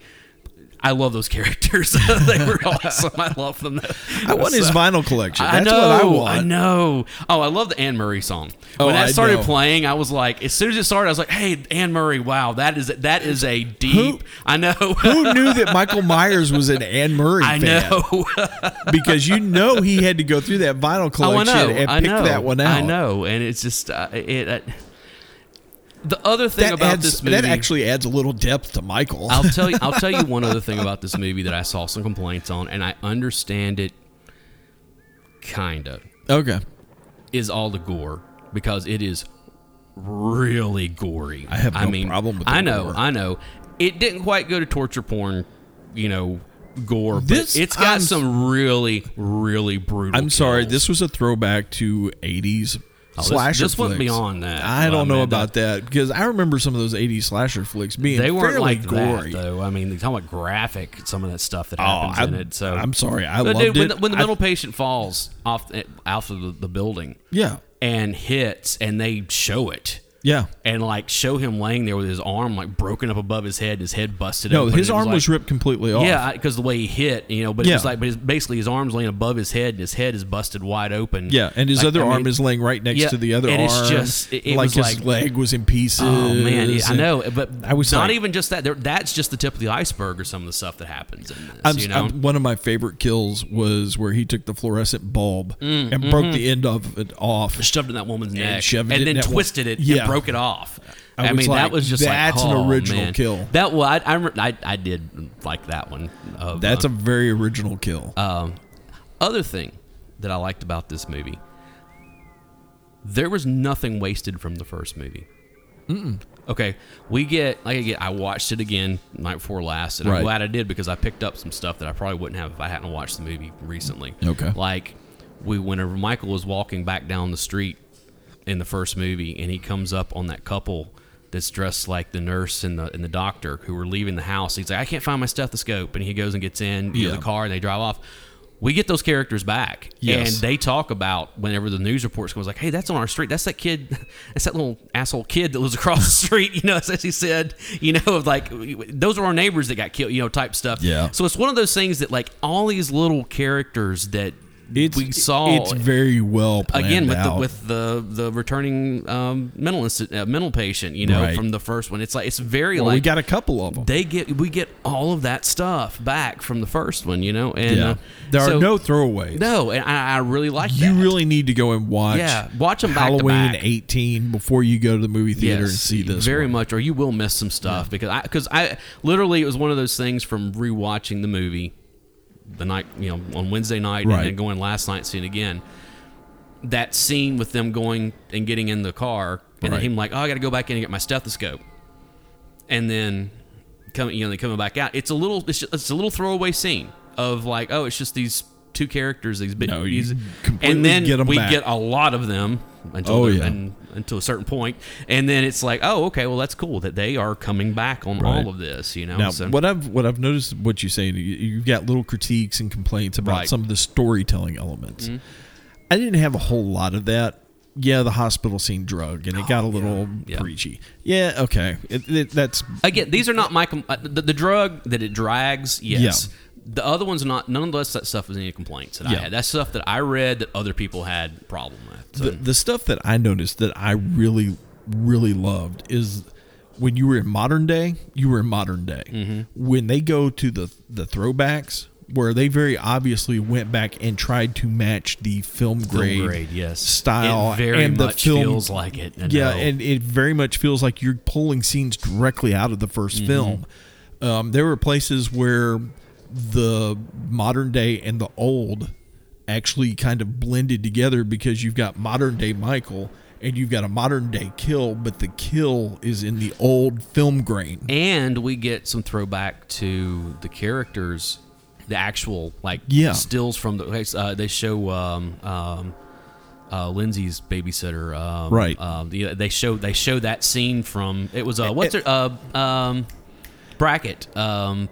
I love those characters. they were awesome. I love them. I want his So- vinyl collection. I That's know. what I want. know. Oh, I love the Anne Murray song. Oh, when that I started know. playing, I was like, as soon as it started, I was like, "Hey, Anne Murray! Wow, that is that is a deep. I know. Who knew that Michael Myers was an Anne Murray I fan? know. Because you know he had to go through that vinyl Oh, I collection know. and I pick know. that one out. I know. And it's just uh, it. Uh, the other thing That, about adds, this movie that actually adds a little depth to Michael. I'll tell you. I'll tell you one other thing about this movie that I saw some complaints on, and I understand it. Kinda okay. is all the gore because it is really gory. I have I no mean, problem with the I know. gore. I know. It didn't quite go to torture porn, you know, gore. But This- it's got I'm- some really, really brutal. I'm sorry, kills. this was a throwback to 80s Oh, this- slasher this went flicks. beyond that. I don't Well, know man, about that because I remember some of those 80s slasher flicks being They weren't fairly like gory. that though. I mean, they're talking about graphic some of that stuff that Oh, happens I'm, in it. So I'm sorry, I But loved dude, it. when the, when the I- mental patient falls off eh, off of the, the building yeah, and hits, and they show it. yeah. And like show him laying there with his arm like broken up above his head, his head busted. No, open, his and it arm was like- ripped completely off. Yeah, because the way he hit, you know, but Yeah. it's like, but it's basically his arms laying above his head, and his head is busted wide open. Yeah, and his Like, other I mean, arm is laying right next yeah, to the other and it's arm. just- it- it like was his like- leg was in pieces. Oh man, yeah, I and- know, but I was not like- even just that. There, that's just the tip of the iceberg, or some of the stuff that happens in this. I'm, you know, I'm- one of my favorite kills was where he took the fluorescent bulb and Mm, mm-hmm. broke the end of it off. shoved in that woman's neck shoved it in then that one- twisted it Yeah. and broke it off. I I, was mean, like, that was just that's an like, oh, original man. kill. That well, I, I, re- I, I did like that one. Uh, That's a very original kill. um, other thing that I liked about this movie. There was nothing wasted from the first movie. Okay, we get like again. I watched it again night before last, and Right. I'm glad I did because I picked up some stuff that I probably wouldn't have if I hadn't watched the movie recently. Okay. like we whenever Michael was walking back down the street in the first movie, and he comes up on that couple that's dressed like the nurse and the and the doctor who were leaving the house. He's like, I can't find my stethoscope, and he goes and gets in you know, Yeah. the car, and they drive off. We get those characters back, Yes. and they talk about whenever the news reports comes like, "Hey, that's on our street. That's that kid. That's that little asshole kid that lives across the street." You know, that's as he said. You know, of like those are our neighbors that got killed. You know, type stuff. Yeah. So it's one of those things that like all these little characters that it's, we saw It's very well planned again with out. the with the the returning um, mental insti- uh, mental patient. You know, Right. from the first one. It's like it's very Well, like we got a couple of them. they get we get all of that stuff back from the first one. You know, and yeah, uh, there so- are no throwaways. no, and I, I really like you that. really need to go and watch. Yeah, watch 'em back to Halloween back. 18 before you go to the movie theater and Yes, see this. very one. much, or you will miss some stuff because I because I literally it was one of those things from rewatching the movie the night you know on Wednesday night Right. and then going last night and seeing it again. That scene with them going and getting in the car Right. and then him like, oh, I got to go back in and get my stethoscope, and then coming you know they coming back out. It's a little it's, just, it's a little throwaway scene of like, oh, it's just these two characters these big No, you these- completely and then get 'em we back. get a lot of them until Oh, they're- yeah. and until a certain point, and then it's like, oh, okay, well, that's cool that they are coming back on Right. all of this, you know. Now, so, what I've what I've noticed, what you say, you- you've got little critiques and complaints about Right. Mm-hmm. some of the storytelling elements. I didn't have a whole lot of that. Yeah, the hospital scene drug, and it got a little Oh, yeah. preachy. Yeah, okay, it, it, that's again, these are not my com- uh, the, the drug that it drags. Yes, the other ones are not. None of us that stuff was any complaints that Yeah. I had. That's stuff that I read that other people had problem with. So, the, the stuff that I noticed that I really, really loved is when you were in modern day, you were in modern day. Mm-hmm. When they go to the the throwbacks, where they very obviously went back and tried to match the film grade, grade, yes. style, It very and the much film feels like it, I Yeah, know. and it very much feels like you're pulling scenes directly out of the 1st Mm-hmm. film. Um, there were places where the modern day and the old actually kind of blended together because you've got modern day Michael and you've got a modern day kill, but the kill is in the old film grain. and we get some throwback to the characters, the actual like Yeah. stills from the. Uh, they show um, um, uh, Lindsay's babysitter. Um, Right. Um, the- they show they show that scene from it was uh, Eh, what's it, her, uh, um, bracket. Um,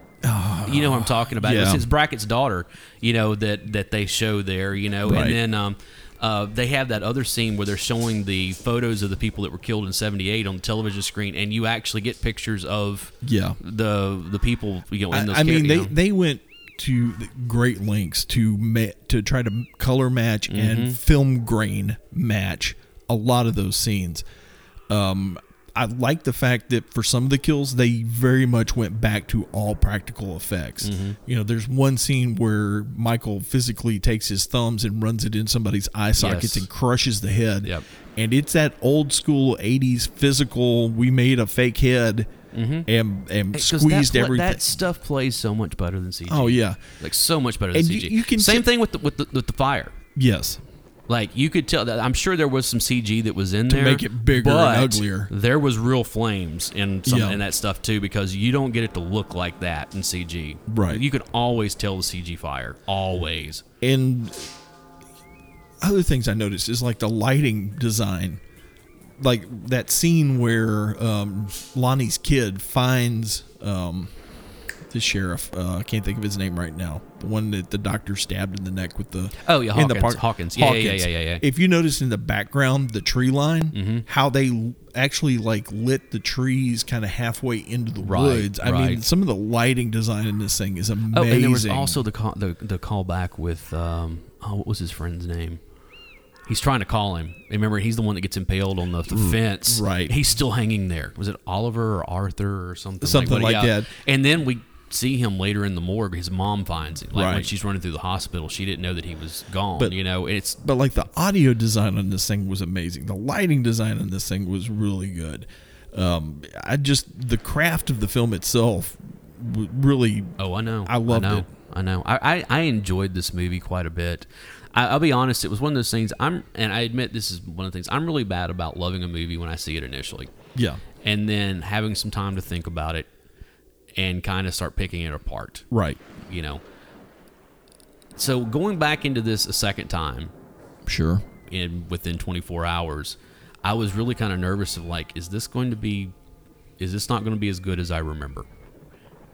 you know what I'm talking about. Ah. Yeah. It's, it's Brackett's daughter. You know that that they show there. You know, Right. and then um, uh, they have that other scene where they're showing the photos of the people that were killed in '78 on the television screen, and you actually get pictures of Yeah. the the people you know in those. I, I mean, char- they, you know. they went to the great lengths to ma- to try to color match Mm-hmm. and film grain match a lot of those scenes. Um, I like the fact that for some of the kills, they very much went back to all practical effects. Mm-hmm. You know, there's one scene where Michael physically takes his thumbs and runs it in somebody's eye sockets Yes. and crushes the head. Yep. And it's that old school '80s physical. We made a fake head Mm-hmm. and and 'Cause that's squeezed what- everything. That stuff plays so much better than CG. Oh yeah, like so much better than And you- CG. you can Same sit- thing with the, with the with the fire. yes. Like you could tell that I'm sure there was some CG that was in there make it bigger and but uglier. There was real flames in some Yeah. in that stuff too because you don't get it to look like that in CG. Right. You can always tell the CG fire. Always. And other things I noticed is like the lighting design, like that scene where um, Lonnie's kid finds um, the sheriff. Uh, I can't think of his name right now. The one that the doctor stabbed in the neck with the Oh, yeah, in the Hawkins. park. Hawkins. Yeah, yeah, yeah, yeah, yeah, Mm-hmm. yeah. If you notice in the background the tree line, how they actually like lit the trees kind of halfway into the Right, woods. I mean, right. some of the lighting design in this thing is amazing. Oh, and there was also the call, the the callback with um oh what was his friend's name? He's trying to call him. Remember, he's the one that gets impaled on the, the fence. Mm, right. He's still hanging there. Was it Oliver or Arthur or something? Something what- like that. And then we see him later in the morgue. His mom finds him. Like when Right. she's running through the hospital, she didn't know that he was gone. But- you know, it's but like the audio design on this thing was amazing. The lighting design on this thing was really good. Um, I just the craft of the film itself w- really Oh, I know. I loved know. it. I know. I, I, I enjoyed this movie quite a bit. I, I'll be honest, it was one of those things. I'm, and I admit this is one of the things I'm really bad about loving a movie when I see it initially, yeah and then having some time to think about it, and kind of start picking it apart. right You know. So going back into this a second time, sure in within 24 hours, I was really kind of nervous of like, is this going to be, is this not going to be as good as I remember?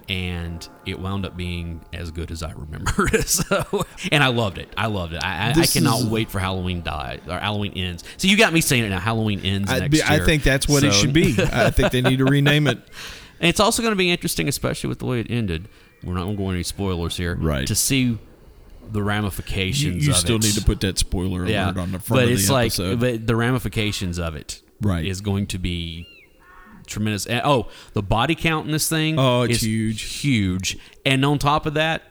And it wound up being as good as I remember. so, and I loved it. I loved it. I, I, I This cannot is- wait for Halloween die or Halloween ends. So you got me saying it now. Halloween ends I, next I year. think that's what it So- should be. I think they need to rename it. and it's also going to be interesting, especially with the way it ended. We're not going to go into any spoilers here, Right. To see the You, ramifications. you of still it. need to put that spoiler alert yeah, on the front but of it's the like episode. but the ramifications of it Right. is going to be tremendous. And, oh, the body count in this thing Oh, it's is huge. huge. And on top of that,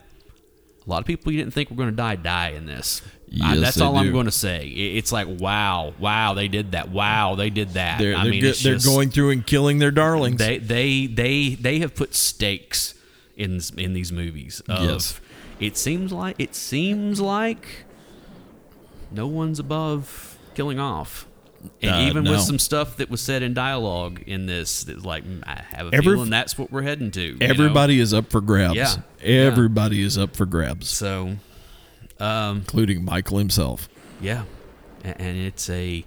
a lot of people you didn't think were going to die die in this. I- Yes, that's they all do. I'm going to say. I- It's like wow, wow, they did that. Wow, they did that. they're I they're, mean, go- it's they're just- going through and killing their darlings. They they they they have put stakes in in these movies. Of, Yes. It seems like it seems like no one's above killing off. And Uh, even no. with some stuff that was said in dialogue in this, that's like mm, I have a Every- feeling that's what we're heading to. you know? Everybody is up for grabs. Yeah. Everybody is up for grabs, So including Michael himself. yeah, A- and it's a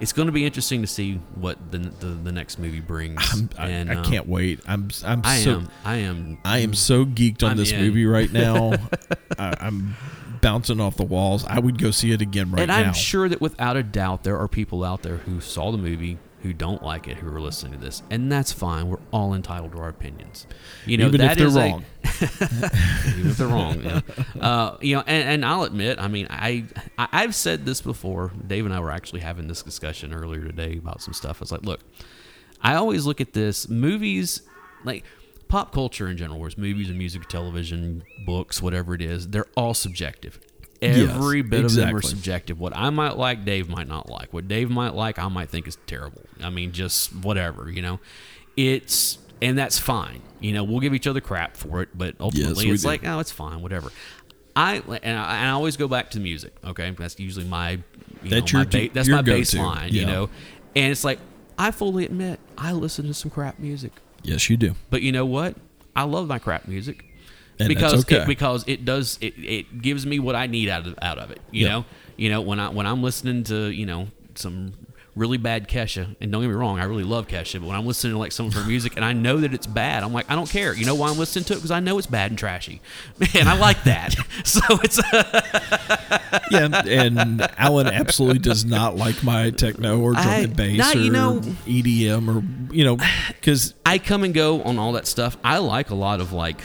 it's going to be interesting to see what the the, the next movie brings. I, and, I um, can't wait. I'm I'm I so am. I am. I am so geeked on Mm. I'm this in. movie right now. I, I'm bouncing off the walls. I would go see it again right and now. I'm sure that without a doubt, there are people out there who saw the movie who don't like it who are listening to this, and that's fine. We're all entitled to our opinions. You know, Even if that they're is a- wrong. even if they're wrong. Yeah. Uh, you know, and, and I'll admit, I mean, I, I I've said this before. Dave and I were actually having this discussion earlier today about some stuff. I was like, look, I always look at this movies like pop culture in general, whereas movies and music, television, books, whatever it is, they're all subjective. Every bit of them are exactly. subjective. What I might like, Dave might not like. What Dave might like, I might think is terrible. I mean, just whatever, you know. It's and that's fine. You know, we'll give each other crap for it, but ultimately, we it's do. like, oh, it's fine, whatever. I and I, and I always go back to music. Okay, that's usually my you That's know, your my t- ba- that's your my go-to. baseline. Yeah. You know, and it's like I fully admit I listen to some crap music, yes, you do. but you know what? I love my crap music And that's because okay. it, because it does it, it gives me what I need out of out of it. You Yeah. know, you know when I when I'm listening to you know some really bad Kesha, and don't get me wrong, I really love Kesha, but when I'm listening to like some of her music and I know that it's bad, I'm like I don't care. You know why I'm listening to it because I know it's bad and trashy, and I like that. so it's Yeah, and Alan absolutely does not like my techno or drum I- and bass not- or you know- EDM or you know because I come and go on all that stuff. I like a lot of like,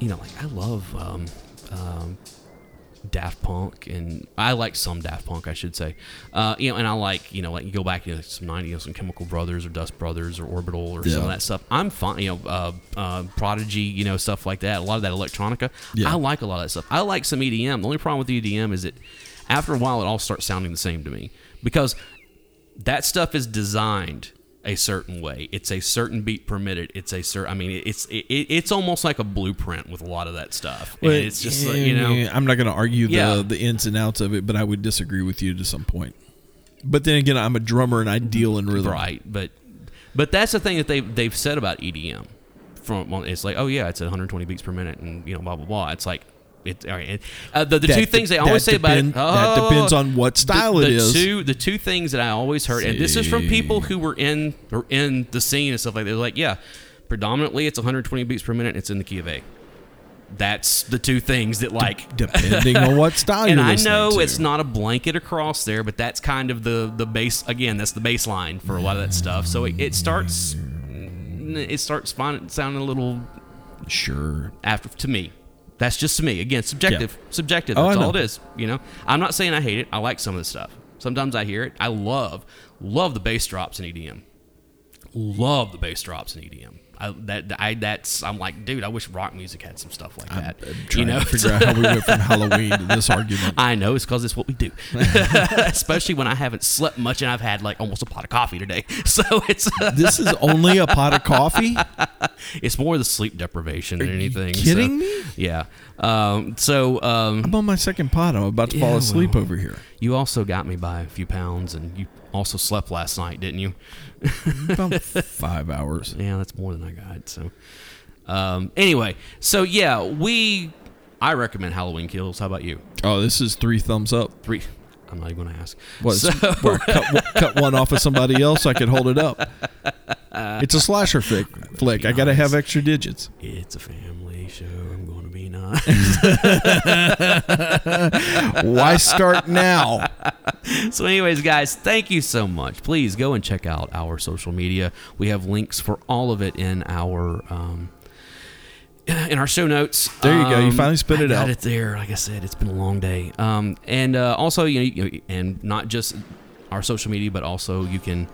you know, like I love um, um, Daft Punk, and I like some Daft Punk, I should say. Uh, you know, and I like, you know, like you go back, you know, some '90s, you know, some Chemical Brothers or Dust Brothers or Orbital or some Yeah. of that stuff. I'm fine, you know, uh, uh, Prodigy, you know, stuff like that. A lot of that electronica, Yeah. I like a lot of that stuff. I like some EDM. The only problem with EDM is that after a while, it all starts sounding the same to me because that stuff is designed a certain way. It's a certain beat per minute. It's a certain. I mean, it's it, it's almost like a blueprint with a lot of that stuff. And it's just like, you know, I'm not going to argue Yeah. the the ins and outs of it, but I would disagree with you to some point. But then again, I'm a drummer and I deal in rhythm. right? But but that's the thing that they they've said about EDM. From well, it's like oh yeah, it's 120 beats per minute, and you know blah blah blah. It's like it's all right. And, uh, the the That two de- things they always that say about it, depend- that oh, depends on what style the, it the is. Two the two things that I always heard, and this is from people who were in or in the scene and stuff like that. They're like yeah, predominantly it's 120 beats per minute. And it's in the key of A. That's the two things that like Depending on what style and you're I listening know to. it's not a blanket across there, but that's kind of the the base. Again, that's the baseline for a lot of that stuff. So it, it starts it starts fin- sounding a little Sure. after to me. That's just to me. Again, subjective, subjective. Oh, I That's all know. it is. You know, I'm not saying I hate it. I like some of this stuff. Sometimes I hear it. I love love the bass drops in EDM. Love the bass drops in EDM. I, that I that's I'm like, dude. I wish rock music had some stuff like that. I'm you trying know, to figure out how we went from Halloween to this argument. I know it's because it's what we do, especially when I haven't slept much and I've had like almost a pot of coffee today. So it's This is only a pot of coffee. it's more the sleep deprivation than anything. so- kidding me? Yeah. Um, so um, I'm on my second pot. I'm about to Yeah, fall asleep well. over here. you also got me by a few pounds, and you also slept last night, didn't you? About five hours. Yeah, that's more than I got. So um, anyway, so yeah, we I recommend Halloween Kills. How about you? Oh, this is three thumbs up. Three. I'm not even going to ask. What, So- well, cut, w- cut one off of somebody else, I could hold it up. It's a slasher flick. flick. I got to have extra digits. it's a family show. I'm going to be nice. Why start now? So, anyways, guys, thank you so much. Please go and check out our social media. We have links for all of it in our um, in our show notes. There you go. You Um, finally spit I it got out. It there. Like I said, it's been a long day. Um, and uh, also, you know, you- and not just our social media, but also you can.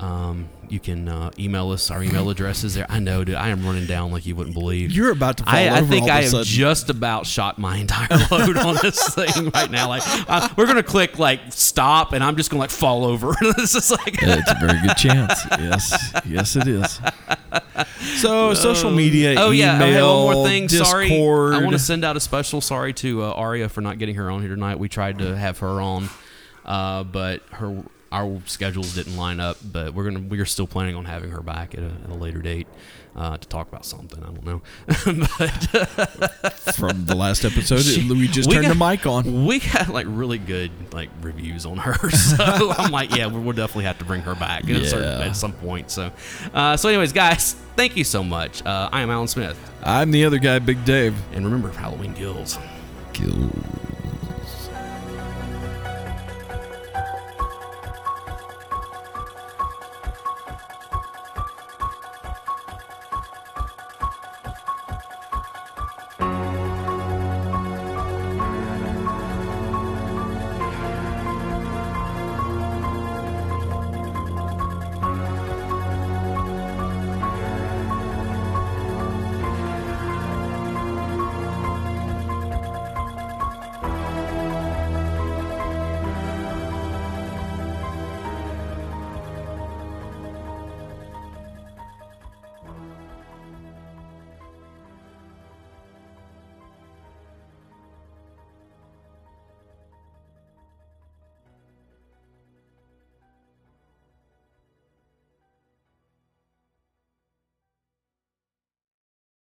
Um, you can uh, email us. Our email address is there. I know, dude. I am running down like you wouldn't believe. You're about to fall I, I over think all I of a have sudden. just about shot my entire load on this thing right now. Like uh, we're gonna click like stop, and I'm just gonna like fall over. this is like it's a very good chance. Yes, yes, it is. So, social media. oh yeah. I email, have one more thing. Discord. Sorry, I want to send out a special sorry to uh, Aria for not getting her on here tonight. We tried to have her on, uh, but her our schedules didn't line up. But we're gonna we're still planning on having her back at a, at a later date uh, to talk about something. I don't know. from the last episode. She- we just we turned the got- mic on. We got like really good like reviews on her, so I'm like, yeah, we'll definitely have to bring her back at, a certain, Yeah. at some point. So, uh, so anyways, guys, thank you so much. Uh, I am Alan Smith, I'm the other guy, Big Dave. and remember, Halloween kills. Kills.